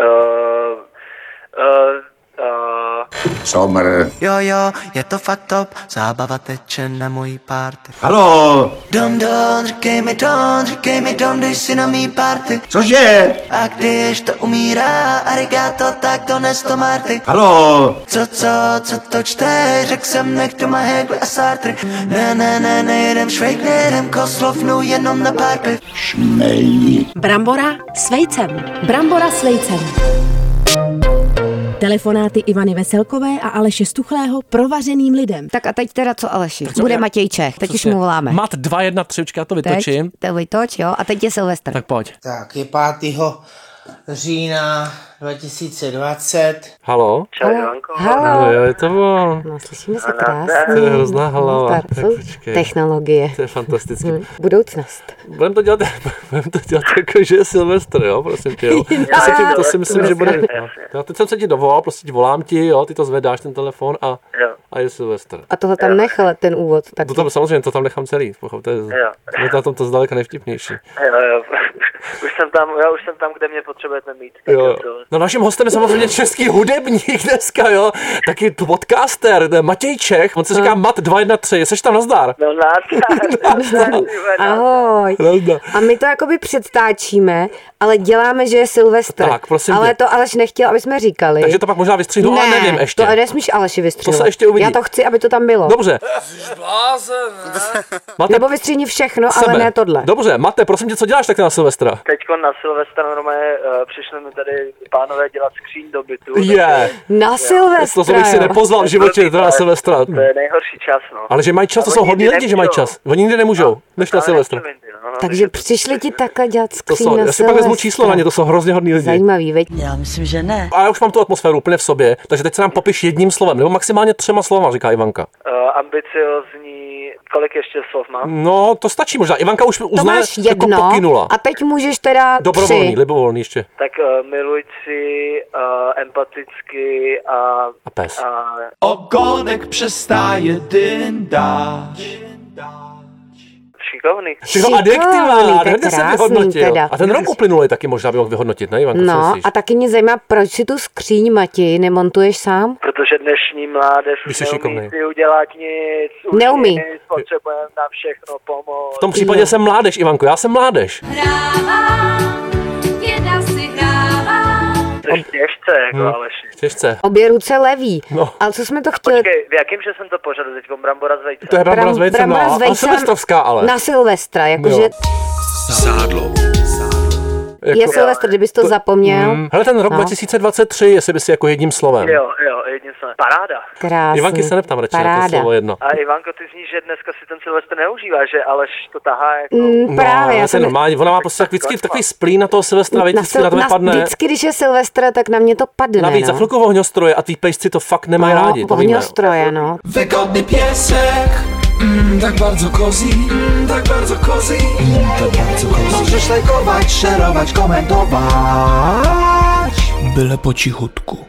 Eh, Somr. Jo, jo, je to fakt top, zábava teče na mojí párty. Halo, Dom, don, říkej mi don, říkej mi don, dej si na mý párty. cože? A když to umírá, arigato, tak dones to Marty. Halo, Co, co, co to čte, řekl jsem, nech doma Hegel a Sartre. Ne, ne, ne, nejedem švejk, nejedem koslovnu, jenom na pár piv. Brambora s vejcem. Brambora s vejcem. Telefonáty Ivany Veselkové a Aleše Stuchlého provařeným lidem. Tak a teď teda co Aleši? Bude Matěj Čech, teď už mu voláme. Mat 2, 1, 3, já to Teď vytočím. to vytoč, jo, a teď je Silvestr. Tak pojď. Tak je 5. října 2020. Halo? Halo, Halo, Jo, je to ono. No, slyšíme se Ano, krásně. to je hrozná hlava. Nazdar. Tak Jsou počkej. Technologie. Hmm. To je fantastický. Budoucnost. Budeme to dělat, budem to dělat jako, že je Silvestr, jo, prosím tě. Jo. To, si, to si myslím, že bude... Já teď jsem se ti dovolal, prostě ti volám ti, jo, ty to zvedáš ten telefon a, Jo. a je Silvestr. A tohle tam nechal ten úvod. Tak To tam samozřejmě, to tam nechám celý, pochop, to je, je na tom to zdaleka nejvtipnější. Jo, jo. eh, Už jsem tam, já už jsem tam, kde mě potřebujete mít. Tak Jo. to- No naším hostem je samozřejmě český hudebník dneska, jo, taky tu podcaster, to je Matěj Čech, on se říká Mat213, jsi tam nazdar? No nazdar, nazdar, ty vole, Ahoj. Nazdar. A my to jakoby předstáčíme, ale děláme, že je Silvestr. Tak, prosím ale tě. to Aleš nechtěl, aby jsme říkali. Takže to pak možná vystříhnu, ale nevím ještě. to nesmíš Aleši vystřihnout. To se ještě uvidí. Já to chci, aby to tam bylo. Dobře. Máte Nebo vystřihni všechno, sebe. ale ne tohle. Dobře, Mate, prosím tě, co děláš tak na Silvestra? Teďko na Silvestra normálně uh, přišli mi tady pánové dělat skříň do bytu. Je, Na to Silvestra, jsem si jo. nepozval v životě, to na Silvestra. To je nejhorší čas, no. Ale že mají čas, to A jsou oni hodní nikdy lidi, že mají nepřijdou. čas. Oni nikdy nemůžou, než na Ale Silvestra. nechci mít, no. Takže přišli ti takhle dělat To skříň jsou, na já si pak vezmu Silvestra. číslo na ně, to jsou hrozně hodní lidi. Zajímavý, veď? Já myslím, že ne. A já už mám tu atmosféru úplně v sobě, takže teď se nám popiš jedním slovem, nebo maximálně třema slovama, říká Ivanka. Eh, ambiciozní, kolik ještě slov mám? No, to stačí možná. Ivanka už To uzná, máš jako jedno pokynula. a teď můžeš teda Dobrovolný, tři. libovolný ještě. Tak uh, milující, uh, empatický a... A pes. a Ogonek přestáje dyndáč. šikovný. Všechno Šikovný, adjektiva, to je hodně jsem krásný vyhodnotil. teda. A ten rok uplynulý taky možná by mohl vyhodnotit, ne Ivanko, co No myslíš? a taky mě zajímá, proč si tu skříň, Matěj, nemontuješ sám? Protože dnešní mládež Vy už jsi šikovnej. neumí si udělat nic. Už Neumí. Nic, potřebujeme na všechno pomoc. V tom no. případě jsem mládež, Ivanko, já jsem mládež. To je těžce, jako Hmm. Aleši. Těžce. Obě ruce leví. No. Ale co jsme to chtěli? Počkej, v jakém, že jsem to pořadu teď? Brambora s vejcem. To je brambora Bram- s vejcem, no. brambora s A vejcem silvestrovská ale. Na Silvestra, jakože Jo. Sádlo. Jako- je Silvestr, kdybys to zapomněl. Mm, Hele, ten rok No. 2023, jestli by si jako jedním slovem. Jo, jo, jedním slovem. Paráda. Krásný. Ivanky se neptám radši na to Paráda. slovo jedno. A Ivanko, ty zníš, že dneska si ten Silvestr neužívá, že Aleš to tahá jako... Mm, právě, no, já jsem... normální, ona má prostě tak vždycky takový splín na toho Silvestra, víc, na vždycky na sil- to na, vypadne. vždycky, když je Silvestra, tak na mě to padne. Navíc za no. chvilku ohňostroje a ty pejsci to fakt nemají No, rádi, to víme. jo. ohňostroje, no. Wygodny piesek. Mm, tak bardzo cozy, mm, tak bardzo cozy, mm, tak bardzo cozy. Możesz lajkować, szerować, komentować. Byle po cichutku.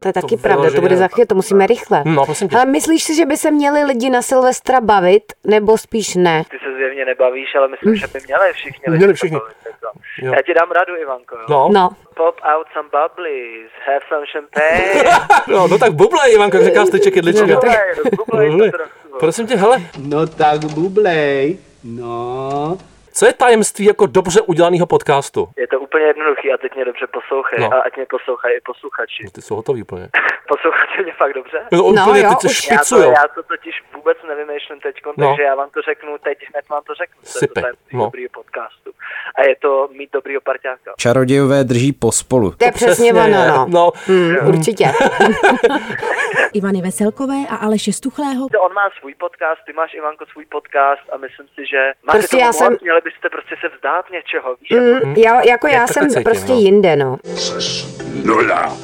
To je taky To pravda, to vyloženě bude ne. za chvíli, to musíme rychle. No, prosím tě. Ale myslíš si, že by se měli lidi na Silvestra bavit, nebo spíš ne? Ty se zjevně nebavíš, ale Mm. myslím, že by měli všichni. lidi Měli všichni. to bavit, jako. Jo. Já ti dám radu, Ivanko. Jo. No, No, Pop out some bubblies, have some champagne. no, no tak bublej, Ivanko, jak říká steček jedlička. No, Bublej, bublej to Bublej. trošku. Prosím tě, hele, No tak bublej, no. co je tajemství jako dobře udělaného podcastu? Je to úplně jednoduchý a teď mě dobře poslouchej No. a ať mě poslouchají i posluchači. No, Ty jsou hotový úplně. Poslouchači mě fakt dobře? No, úplně jo, ty už- se Já to, špicujou. já to totiž vůbec nevymýšlím teď, No. no. takže já vám to řeknu teď, hned vám to řeknu. To je to Sypej, tajemství no. dobrýho podcastu. A je to mít dobrýho parťáka. Čarodějové drží pospolu. to je přesně ono, no. no. Mm, určitě. Ivany Veselkové a Aleše Stuchlého. To On má svůj podcast, ty máš Ivanko svůj podcast a myslím si, že máte prostě Prostě tomu já moc, jsem- jsem... měli byste prostě se vzdát něčeho, víš? Mm, já, jako já Hm? Jak to jsem cítím, prostě no. jinde, no. Nula.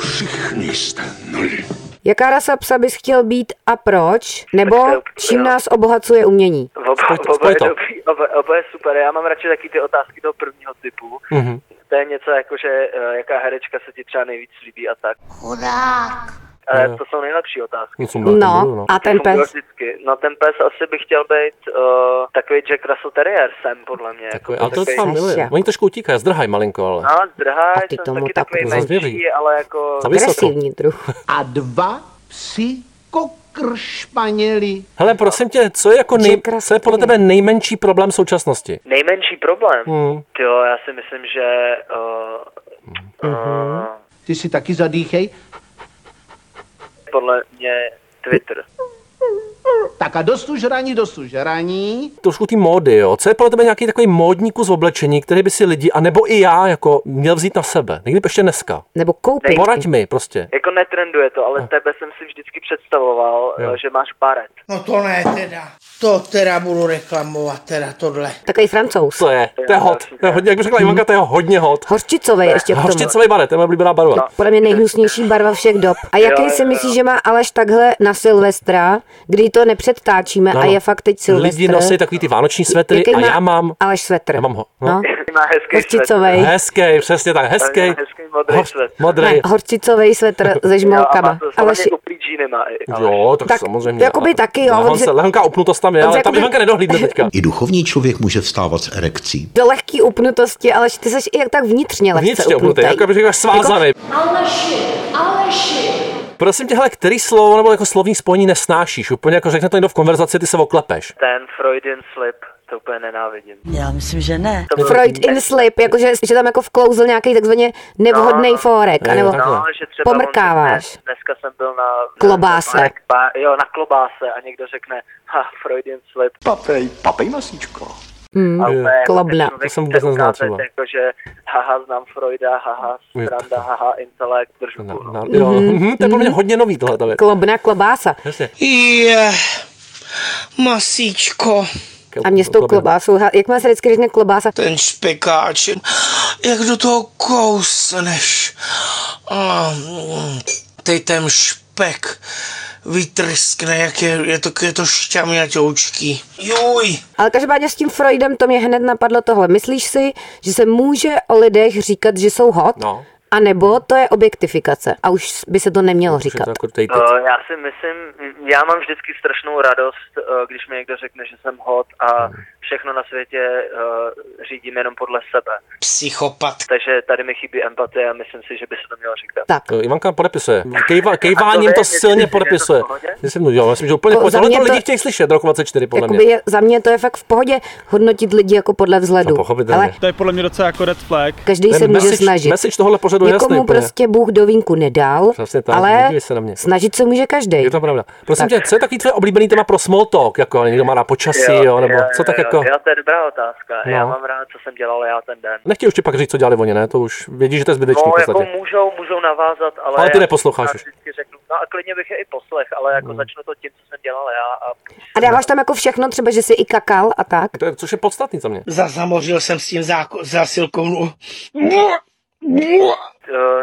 Všichni jste nuli. Jaká rasa psa bys chtěl být a proč? Nebo Tak to je- čím jo. nás obohacuje umění? Oba, Spoj to, oba, spoj je to. dobrý, oba, oba je super, já mám radši taky ty otázky toho prvního typu. Mhm. To je něco jako, že eh, jaká herečka se ti třeba nejvíc líbí a tak. Chudák. Ale Jo. to jsou nejlepší otázky. Něco No, a ten Fungují pes? Vždycky. No ten pes asi by chtěl být uh, takový Jack Russell Terrier sem, podle mě. Jako Takový, ale to takový- docela miluje. Saša. Oni trošku utíkají, zdrhají malinko, ale. No, zdrhá, A ty jsem tomu taky tak takový zazvěří. menší, ale jako... Za vysoko. Agresivní druh. A dva psi kokr španěli. Hele, prosím tě, co je, jako nej, Jack Russell co je podle tebe Terrier. nejmenší problém současnosti? Nejmenší problém? Hmm. Jo, já si myslím, že... Uh, Mhm. uh, Ty si taky zadýchej. eh, podle mě Twitter. Tak a do služraní, do služraní. Trošku ty módy, jo. Co je podle tebe nějaký takový módní kus oblečení, který by si lidi, anebo i já, jako měl vzít na sebe? Někdy ještě dneska. Nebo koupit. Poraď mi prostě. Jako netrenduje to, ale tebe jsem si vždycky představoval, No. Jo. jo. že máš baret. No to ne teda. To teda budu reklamovat, teda tohle. Takový francouz. To je, to je hot. To je hodně, jak by řekla Ivanka, to je hodně hot. Hořčicový ještě k tomu. Hořčicový baret, to je moje oblíbená barva. Podle mě nejhnusnější barva všech dob. A jaký Jo, si jo, myslíš, jo. že má Aleš takhle na Silvestra, kdy to nepředtáčíme No, a no. je fakt teď Silvestr? Lidi nosí takový ty vánoční svetry Jaký a má já mám Aleš svetr. Já mám ho, no. No. Má hezký svetr. Horčicovej. hezký, přesně tak, hezký. Hezký modrý Hoř- svetr. Modrý. Horčicovej svetr se Jo, a žmolkama. má to Aleši, samozřejmě jako uplý džíny má. i, eh, ale- Jo, tak, Tak, samozřejmě. jakoby taky, jo, on Lehonce, se- lehonká upnutost tam je, on se ale tam jakoby- Ivanka nedohlídne teďka. I duchovní člověk může vstávat s erekcí. do lehký upnutosti, Aleš, ty seš i jak tak vnitřně lehce Vnitřně upnutý, jako bych říkal, svázaný. Aleši, Aleši. Prosím tě, hele, který slovo nebo jako slovní spojení nesnášíš? Úplně jako řekne to někdo v konverzaci, ty se oklepeš. Ten Freudian slip, to úplně nenávidím. Já myslím, že ne. To bylo- Freud in sleep, jakože že tam jako vklouzl nějaký takzvaně nevhodný No. fórek, Jo, anebo tak. No, Takhle. že třeba on Pomrkáváš. řekne, dneska jsem byl na... Klobáse. na- na- Jo, na klobáse a někdo řekne, ha, Freudian slip. Papej, papej masíčko. A úplně Hmm, jako Klobna. člověk To jsem chce vůbec neznačila. ukázat Jako, že haha, znám Freuda, haha, stranda, haha, intelekt, držku. Na, No. na, jo. Mhm, to je pro mě hodně nový tohle. ta věc. klobna klobása. Jasně. Je, masíčko, A mě s tou klobásou, ha- jak má se vždycky řekne klobása, ten špekáč, jak do toho kousneš. A, mm, Teď ten špek vytrskne, jak je, je to, je to šťamňatoučký. Juj! ale každopádně s tím Freudem to mě hned napadlo tohle. Myslíš si, že se může o lidech říkat, že jsou hot? No. A nebo to je objektifikace a už by se to nemělo Už je říkat. to jako dated. Uh, já si myslím, já mám vždycky strašnou radost, uh, když mi někdo řekne, že jsem hot a všechno na světě uh, řídím jenom podle sebe. Psychopat. Takže tady mi chybí empatie a myslím si, že by se to mělo říkat. Tak. Jo, Ivanka podepisuje. Kejva, kejváním A to to ne, silně myslíš, že je to v podepisuje. pohodě? Myslím, no, jo, myslím, že úplně Jako po, za tohle mě to to- lidi chtějí slyšet, roku 24 podle Jakoby mě. je, za mě to je fakt v pohodě hodnotit lidi jako podle No, vzhledu. pochopitelně. Ale To je podle mě docela jako red flag. každý se Ten může message- snažit. Message tohle pořadu je jasný. Někomu úplně. prostě Bůh do vínku nedal, Přesně tak, ale nedívej se na mě. snažit se může každý. Je to pravda. Prosím Tak. tě, co je takový tvoje oblíbený téma pro small talk? Jako někdo má na počasí, jo, nebo co tak jo, jako... Jo, to je dobrá otázka. No. Já mám rád, co jsem dělal já ten den. Nechtěj už ti pak říct, co dělali oni, ne? To už vědí, že to je zbytečný No, v jako podstatě. můžou, můžou navázat, ale... Ale ty já- neposloucháš já už. Hmm. vždycky řeknu, no a klidně bych je i poslech, ale jako začnu to tím, co jsem dělal já a A dáváš tam jako všechno, třeba, že jsi i kakal a tak. To je, což je podstatný za mě. Zazamořil jsem s tím záko- zásilkou. uh,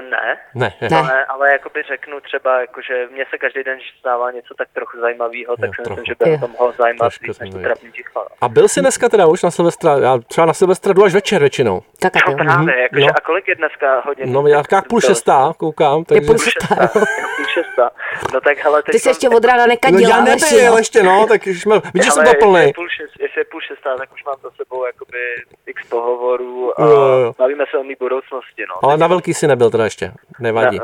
ne. Ne, ne. Ne. Ale, ale jakoby řeknu třeba, jako, že mně se každý den stává něco tak trochu zajímavého, tak Jo, si trochu. myslím, že by Jo. o tom mohlo zajímat Trošku víc než to zajímavý. trapný ticho. no. A byl jsi dneska teda už na Silvestra, já třeba na Silvestra jdu až večer většinou. Kakat, jo. No právě, jakože, no. a kolik je dneska hodin? No, já jak půl šestá, koukám, Je takže... půl šestá. jo. Půl šestá. No tak hele, teď Ty jsi mám- ještě od rána No, nekadil, já ale nepil ještě, no, tak už mě... Vidíš, že jsem byl jestli plný. je, půl šest, jestli je půl šestá, tak už mám za sebou jakoby x pohovorů a Jo, jo. bavíme se o mý budoucnosti, no. Eh, Ale na velký si nebyl teda ještě, nevadí. A,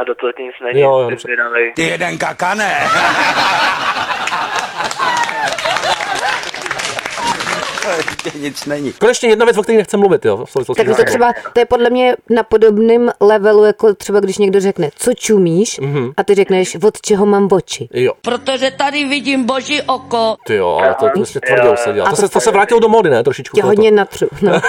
a do toho nic není. Jo, jo, Ty dobře. zvědavej. Ty jeden kakane. Nic není. Konečně jedna věc, o které nechci mluvit, jo. v souvislosti Tak s to tím. třeba, to je podle mě na podobném levelu, jako třeba když někdo řekne, co čumíš, Mhm. a ty řekneš, od čeho mám boči. Jo, Protože tady vidím boží oko. ty jo, ale to je prostě tvrdě se dělá. A To to se, to se vrátilo do mody, ne, trošičku. Tě tohoto. hodně natřu. No.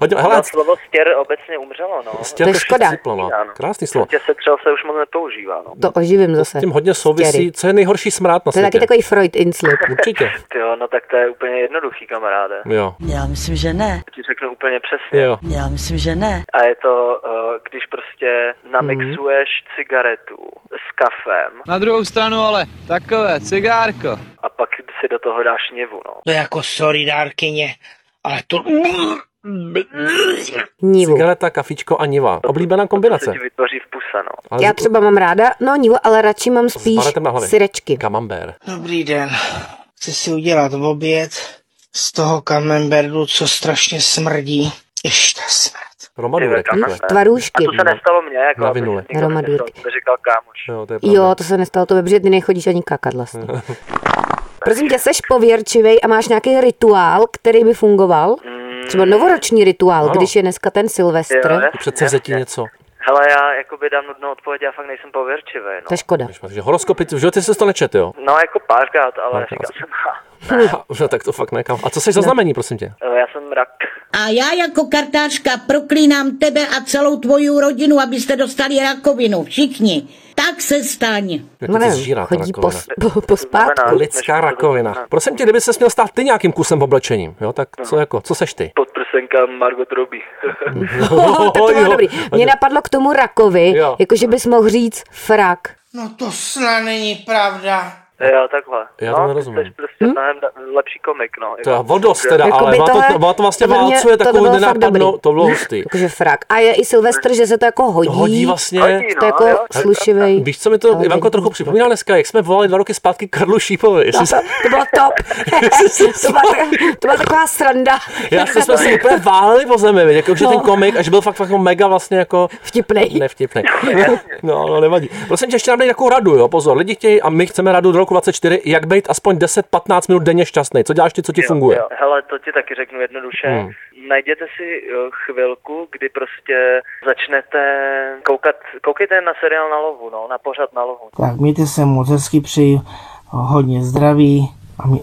hodně hele, No, slovo stěr obecně umřelo, no. Tě To je trošku škoda. chcíplo, no. Ano. Krásný slovo. Prostě setřel se už moc nepoužívá, no. To oživím zase. S tím hodně souvisí, Stěry. co je nejhorší smrát na To je taky světě. takový Freud inslip. Určitě. Jo, no tak to je úplně jednoduchý, kamaráde. Jo. Já myslím, že ne. Ti řeknu úplně přesně. Jo. Já myslím, že ne. A je to, eh, když prostě namixuješ Mhm. cigaretu s kafem Na druhou stranu ale takové cigárko. a pak si do toho dáš něvu, no. To je jako sorry, dárkyně, ale to... Nivu. Cigareta, kafičko a niva. Oblíbená kombinace. ti vytvoří v pusa, no. Ale Já z- třeba mám ráda, no nivu, ale radši mám spíš baretem na hlavě. syrečky. Kamambér. Dobrý den. Chci si udělat oběd z toho kamemberdu, co strašně smrdí. Ještě smrt. Romadurek. Ty takhle. vaka. Tvarůžky. A to se nestalo mně, jako... Na vinule. to nikdo mi Hromadurky. nestalo, To říkal kámoš. Jo, to je pravda. Jo, to se nestalo tobě, protože ty nechodíš ani kakat vlastně. Prosím tě, seš pověrčivej a máš nějaký rituál, který by fungoval? Třeba novoroční rituál, Mm. Ano. když je dneska ten Silvestr. Jo, Ty jasně, Přece vzetí jasně. něco. Hele, já jakoby dám nudnou odpověď, já fakt nejsem pověrčivý, no. To je škoda. Takže horoskopy, ty- v životě jsi to nečet, jo? No, jako párkrát, ale Párkrát. říkal jsem, ha, No, tak to fakt nekam. A co jsi za znamení, prosím No tě? eh, já jsem rak. A já jako kartářka proklínám tebe a celou tvoji rodinu, abyste dostali rakovinu. Všichni. Tak se staň. Jak No to nevím, zžírá ta chodí po, rakovina? po, po Znamená, spátku. Lidská než- rakovina. Ne. Prosím tě, kdyby ses měl stát ty nějakým kusem oblečením, jo, tak co jako, co seš ty? Podprsenka Margot Robbie. Hmm. Oh, to bylo jo. dobrý. Mě napadlo k tomu rakovi, Jo. jakože bys mohl říct frak. No to snad není pravda. jo, takhle. Já no, tomu ty nerozumím. jsi prostě Hm? mnohem da- lepší komik, no. To je vodost teda, Jakoby ale má to, Jako tohle- má to vlastně podle mě válcuje to takovou bylo fakt nenápadnou, dobrý. to bylo hustý. Jakože frak. A je i Silvestr, že se to jako hodí. Hodí vlastně, Hodí, no, To jako jo. slušivej. víš, co mi to Ale Ivanko vidím. trochu připomíná dneska, jak jsme volali dva roky zpátky Karlu Šípovi. To, Jestli se- to bylo top. to, byla, tak- to byla taková sranda. Já jsem jsme se úplně váleli po zemi, viď, jako, že No. ten komik, a že byl fakt, fakt jako mega vlastně jako Vtipnej. nevtipný. No, no, nevadí. Prosím tě, ještě nám dej takovou radu, jo, pozor, lidi chtějí a my chceme radu do roku 24, jak být aspoň 10-15 minut denně šťastný. Co děláš ty, co ti funguje? Jo. Hele, to ti taky řeknu jednoduše. Hmm. Hmm. Najděte si jo, chvilku, kdy prostě začnete koukat, koukejte na seriál na lovu, no, na pořad na lovu. Tak mějte se moc hezky, přeji hodně zdraví a mě,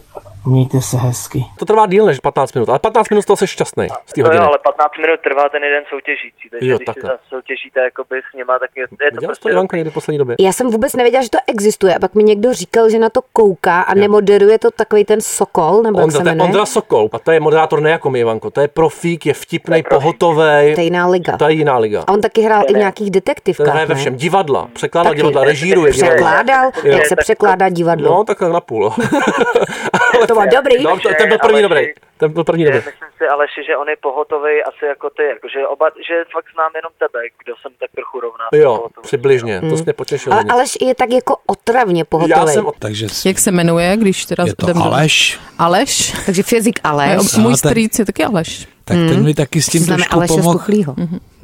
mějte se hezky. To trvá díl než 15 minut, ale 15 minut z toho jsi šťastný z té No hodiny. jo, ale 15 minut trvá ten jeden soutěžící, takže Jo, jo, když takhle. takhle. si soutěžíte jakoby s nima, tak je, je to Viděla jsi prostě... to, Ivanko, někdy v poslední době? Já jsem vůbec nevěděla, že to existuje. A pak mi někdo říkal, že na to kouká a nemoderuje to takový ten Sokol, nebo jak Ondra, se to je jmenuje. Ondra Sokol, a to je moderátor ne jako my, Ivanko, to je profík, je vtipnej, pohotovej, To je jiná liga. to je jiná liga. A on taky hrál i v nějakých Ten hraje detektivkách, ne? ve všem, divadla, překládá Taky. divadla, režíruje divadla. Překládal, Jo. jak se překládá No, divadlo. tak na půl. Ale- To bylo dobrý. No, to- ten byl první dobrý. Ten byl první Že, dobrý. myslím si, Aleši, že on je pohotový asi jako ty, jako, že, oba, že fakt znám jenom tebe, kdo jsem tak trochu rovná. s Jo, pohotovým. přibližně, to jsi mě potěšil. Hmm. Ale Aleš je tak jako otravně pohotový. Já jsem od Takže Jak se jmenuje, když teda... je to Aleš, Aleš? Takže fyzik ale. Jo, můj strýc je taky Aleš. tak ten mi taky s tím Známe trošku Hmm. Aleše No. z pomohl. Mhm. Tuchlýho.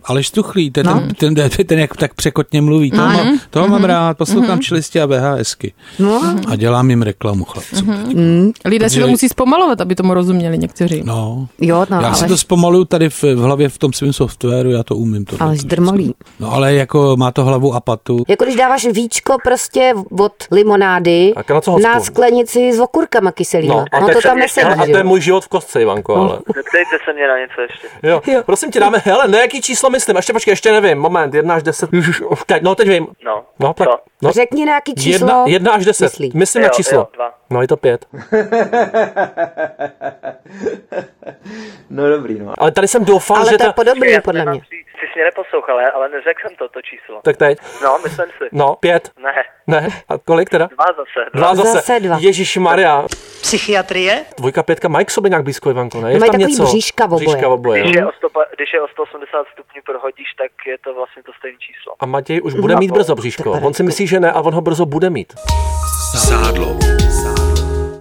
Aleš Tuchlý, to je ten, ten, ten, ten, jak tak překotně mluví. Toho, mám, toho mám rád, poslouchám čelisti a VHSky. Mhm. No, Mhm. A dělám jim reklamu chlapcům. No, teď. Lidé si to musí zpomalovat, aby tomu rozuměli někteří. No. jo, no, já si to Aleš, zpomaluju tady v, v hlavě v tom svém softwaru, já to umím. To, Aleš drmolí. No ale jako má to hlavu apatu. Jako když dáváš víčko prostě od limonády Tak na co hospodu? na sklenici s okurkama kyselýma. No, a, No, to, to tam nesedí, a že to je jo? No. můj život v kostce, Ivanko, ale. Zeptejte se mě na něco ještě. Jo. Prosím tě, dáme, hele, na jaký číslo myslím? Ještě počkej, ještě nevím, moment, jedna až deset. Ježiš, už teď, no teď vím. No. No, tak, Co? no. Řekni na jaký číslo Jedna, jedna až deset. myslí. Myslím na Jo, číslo. jo, dva. no je to pět. No dobrý, no. Ale tady jsem doufal, Ale že to je ta... podobný, Já podle jsem mě. vám říct, Jsi mě neposlouchal, ale- ale neřekl jsem to, to číslo. Tak teď. No, myslím si. No, pět. Ne, Ne, a kolik teda? dva zase. Dva. Dva zase. Zase dva. Ježíš Maria. Psychiatrie? Dvojka, pětka, mají k sobě nějak blízko, Ivanko, ne? Je No, mají tam takový něco? bříška v oboje. Bříška v oboje. Když jo. je, o 100, pa- když je o 180 stupňů prohodíš, tak je to vlastně to stejné číslo. A Matěj už bude mít brzo bříško. No, tak On si myslí, že ne, a on ho brzo bude mít. No,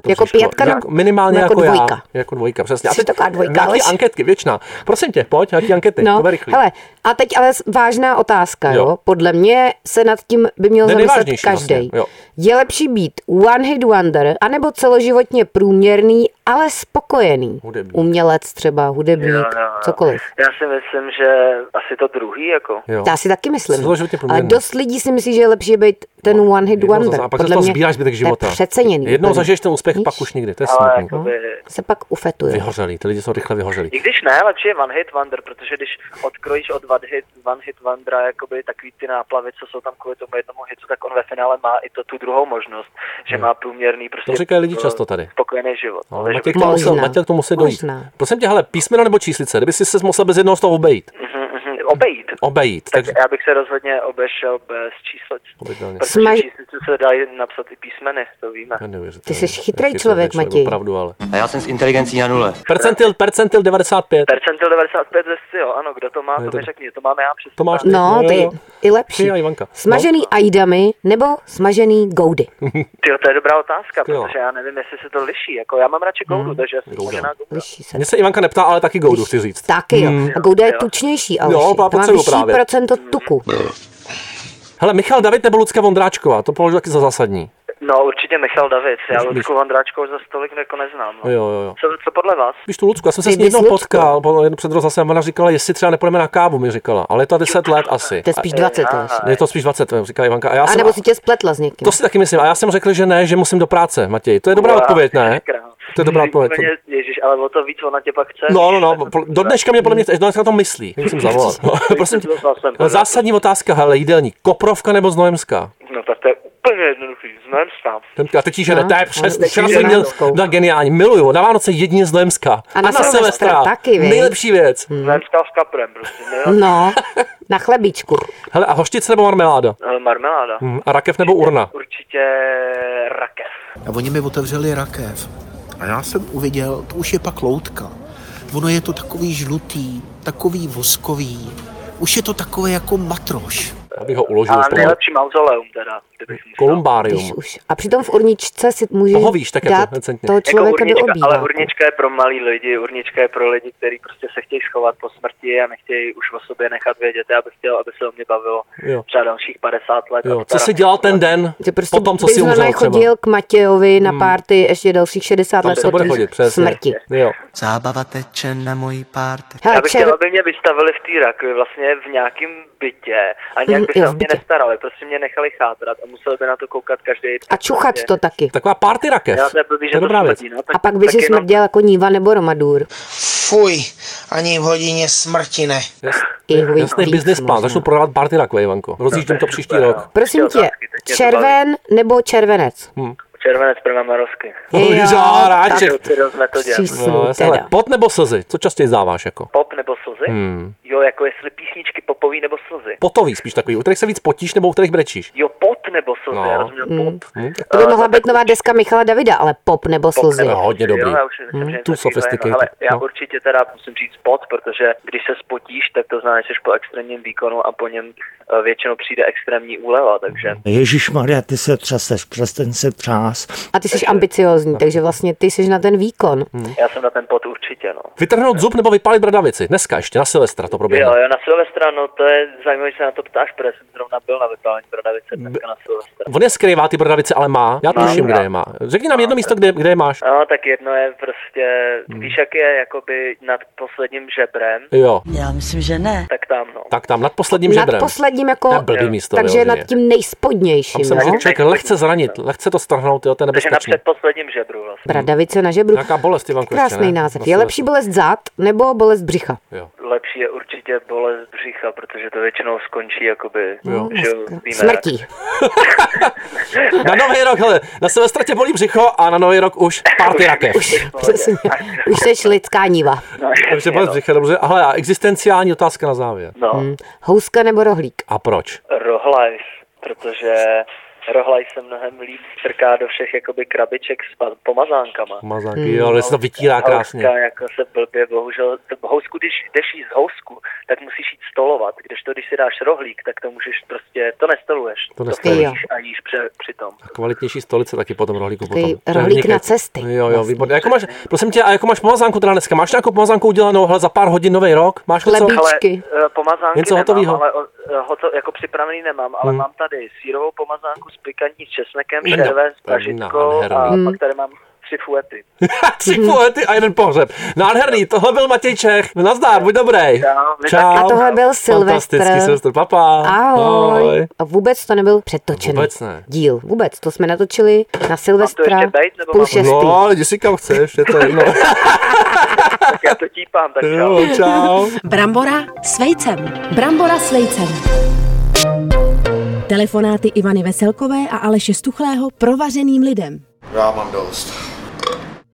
To Jako bříško. pětka, Jak, minimálně jako, jako já. dvojka. Jako dvojka, přesně. Jsi taková dvojka, nějaký Aleš. anketky, věčná. Prosím tě, pojď, nějaký ankety, to No, bude jako rychlý. hele, a teď ale s- vážná otázka, jo. Jo. Podle mě se nad tím by měl Ne, zamyslet nejvážnější každý. vlastně, jo. Je lepší být one hit wonder, anebo celoživotně průměrný, ale spokojený. Hudebník. Umělec třeba, hudebník, Jo, no, jo, jo. cokoliv. Já si myslím, že asi to druhý, jako. Jo. Já si taky myslím. Celoživotně Ale průměrný. dost lidí si myslí, že je lepší být ten one hit Jednou wonder. zase, a pak se z toho sbíráš zbytek života. To je přeceněný. Jednou úplně. zažiješ ten úspěch, Víš? pak už nikdy. To no. je Ale jako- smutný. jakoby, Se pak ufetuje. Vyhořelí, ty lidi jsou rychle vyhořelí. I když ne, lepší je one hit wonder, protože když odkrojíš od one hit, one hit wondera jakoby takový ty náplavy, co jsou tam kvůli tomu jednomu hitu, tak on ve finále má i to tu druhou možnost, že má průměrný prostě Hmm. To říkají lidi eh, často tady. spokojený život. prostě No, Takže- Matěj, k tomu musel, Možná. Matěj k tomu musí dojít. Možná. Prosím tě, hele, písmeno nebo číslice, kdyby jsi se musel bez jednoho z toho obejít. Mhm, mhm. obejít. Obejít. Takže já bych se rozhodně obešel bez číslic. Pochopitelně. Protože Smaj- číslice se dají napsat i písmeny, to víme. Ty jsi chytrý člověk, Matěj. Opravdu, ale. A já jsem s inteligencí na nule. Percentil, percentil 95. Percentil 95 zesci, jo, ano, kdo to má, Ne, to No, to- mi řekni, to máme já přes. To máš ty. No, Jo, to jo, je jo. i lepší. Ty a Ivanka. No. Smažený ajdami nebo smažený goudy. Hm. Tyjo, to je dobrá otázka, protože já nevím, jestli se to liší, jako já mám radši Mhm. goudu, takže já jsem možná goudu. Liší se. Mně se Ivanka neptá, ale taky Goudu chci říct. Taky jo. Hmm. A gouda je tučnější, ale Jo, to má potřebuju vyšší právě. procento tuku. Hele, Michal David nebo Lucka Vondráčková, to považuji taky za zásadní. No určitě Michal David, já Myslíš? Ludku Vondráčkou za stolik jako neznám. No. Jo, jo, jo. Co, co podle vás? Víš tu Lucku, já jsem se Ty s ní jednou bys Lucku. potkal, po- jednou před rozhlasem, ona říkala, jestli třeba nepůjdeme na kávu, mi říkala, ale je to 10 let asi. To je Eh, spíš 20 let. Je to spíš 20, říká Ivanka. A já A jsem, nebo si tě spletla s někým. to si taky myslím. A já jsem řekl, že ne, že musím do práce, Matěj. To je dobrá eh, Wow, odpověď, ne? krás. To je dobrá odpověď. Úplně, Ježíš, ale o to víc ona tě pak chce. No, no, no, po- do dneška mě podle mě, do dneška to myslí, musím zavolat. No, prosím tě, no, zásadní otázka, hele, jídelní, Koprovka nebo Znojemská? No tak to je úplně jednoduchý, znám sám. Ten- A teď jí žene, No, to je ale přes, teď jí včera žene jsem měl, Znojemskou. na geniální, miluju, na Vánoce jedině Znojemská. A na Silvestra taky, viď? Hm. nejlepší věc. Znojemská s kaprem prostě, Hmm. nejlepší. No, na chlebíčku. Hele, a hoštice nebo marmeláda? Eh, Marmeláda. Hm, A rakev nebo urna? Určitě rakev. A oni mi otevřeli rakev. A já jsem uviděl, to už je pak loutka. Ono je to takový žlutý, takový voskový. Už je to takové jako matroš. Abych ho uložil. A už pomalu. nejlepší mauzoleum teda, kdybych Kolumbárium. A přitom v urničce si můžeš Toho víš, tak jako je to dát decentně. toho člověka do Jako urnička, ale obýváku. urnička je pro malý lidi, urnička je pro lidi, kteří prostě se chtějí schovat po smrti a nechtějí už o sobě nechat vědět. Já bych chtěl, aby se o mě bavilo Jo. třeba dalších 50 let. Jo, co jsi dělal ten den, prostě po tom, co Bys si umřel normálně třeba? chodil k Matějovi na Hmm. párty ještě dalších 60 Tam let se po bude té chodit, přesně. smrti. Jo. Zábava teče na mojí párty. Já bych chtěl, aby mě vystavili v té rakvi vlastně v nějakém bytě a nějak Mm, by jo, se o v mě bytě. nestaraly, prostě mě nechali chátrat a musel by na to koukat každý. prostě. A čuchat to taky. Taková party rakev. Já to je blbý, že to smrdí, no, tak- A pak by tak si jenom- smrděl jako níva nebo romadur. Fuj, ani v hodině smrti ne. Jasný business plán, začnu prodávat party rakve, Ivanko. No, Rozjíždím to příští rok. Prosím tě, mě to červen nebo červenec? Červenec pro Mamarovsky. Jo, Žáráček. Tak, ty rozmetodě. No, jasně, ale pot nebo slzy, co častěji záváš jako? Pop nebo slzy? Hmm. Jo, jako jestli písničky popový nebo slzy. Potový spíš takový, u kterých se víc potíš nebo u kterých brečíš. Jo, pot nebo slzy, No. já rozuměl Hmm. pop. To by mohla být nová deska Michala Davida, ale pop nebo Eh, Pop slzy. nebo hodně slzy, dobrý. Jo, já už myslím, Hmm, že něco too takového, sophisticated, no, ale já no. určitě teda musím říct pot, protože když se spotíš, tak to znamená, že jsi po extrémním výkonu a po něm eh, většinou přijde extrémní úleva, takže... Hmm. Ježíš Maria, ty se třeseš, přestaň se třás. A ty jsi ambiciózní, no. takže vlastně ty jsi na ten výkon. Hmm. Já jsem na ten pot určitě, no. Vytrhnout zub nebo vypálit bradavici. Dneska ještě na Silvestra to Jo, proběhne. jo, na Silvestra, no to je zajímavé, že se na to ptáš, protože jsem zrovna byl na vypálení Bradavice, dneska na Silvestra. On je skrývá ty bradavice, ale má. Já Má, tuším, má. kde je má. Řekni nám jedno místo, kde, kde je máš. No, tak jedno je prostě, Hmm. víš, jak je jakoby nad posledním žebrem, Jo. Já myslím, že ne. tak tam, no. Hmm. Tak tam, nad posledním nad žebrem. posledním jako, To je blbý místo, takže vyloženě. nad tím nejspodnějším. Tam se no? může člověk lehce zranit, lehce to strhnout, jo, to je Takže na nebezpečný. předposledním žebru vlastně. Bradavice na žebru. Nějaká bolest, Ivanko, ještě, Krásný ne? název. Na Je lepší bolest zad nebo bolest břicha? Jo. Lepší je určitě bolest břicha, protože to většinou skončí jakoby, Jo. že víme. Smrtí. Na nový rok, hele, na Silvestra tě bolí břicho a na nový rok už party rakev. No, Přesně. Už jsi lidská níva. Takže bolest břicha, dobře. Ale a existenciální otázka na závěr. No. Houska nebo rohlík? A proč? Rohlajs, protože rohlaj se mnohem líp strká do všech jakoby krabiček s pa- pomazánkama. Mazánky, Hmm. jo, ale se to vytírá Houska krásně. jako se blbě, bohužel, to- housku, když jdeš jíst housku, tak musíš jít stolovat, když to, když si dáš rohlík, tak to můžeš prostě, to nestoluješ, To nestoluješ. fakt jíš a jíš pře, přitom. A kvalitnější stolice taky po tom rohlíku. Takový Potom. To je rohlík vynikající. na cesty. Jo, jo, výborně. Jako máš, prosím tě, a jako máš pomazánku teda dneska? Máš nějakou pomazánku udělanou hele, za pár hodin nový rok? Máš něco? Ale, eh, pomazánky Něco nemám, hotovýho? ale o, eh, hoto, jako připravený nemám, ale Hmm. mám tady sírovou pomazánku s pikantní s česnekem, No, červe s to je pražitkou a nádherný. pak tady mám tři fuety. Tři Hmm. poety a jeden pohřeb. Nádherný, tohle byl Matěj Čech. Nazdar, buď dobrý. vy taky. A tohle byl Silvestr. Fantastický Silvestr, papa. Ahoj. A vůbec to nebyl přetočený Vůbec ne. díl. Vůbec. To jsme natočili na Silvestra ještě bejt, nebo půl mám- šestý. No, jdi si kam chceš, je to jedno. tak já to típám, tak Jo, čau. Brambora s vejcem. Brambora s vejcem. Telefonáty Ivany Veselkové a Aleše Stuchlého provařeným lidem. Já mám dost.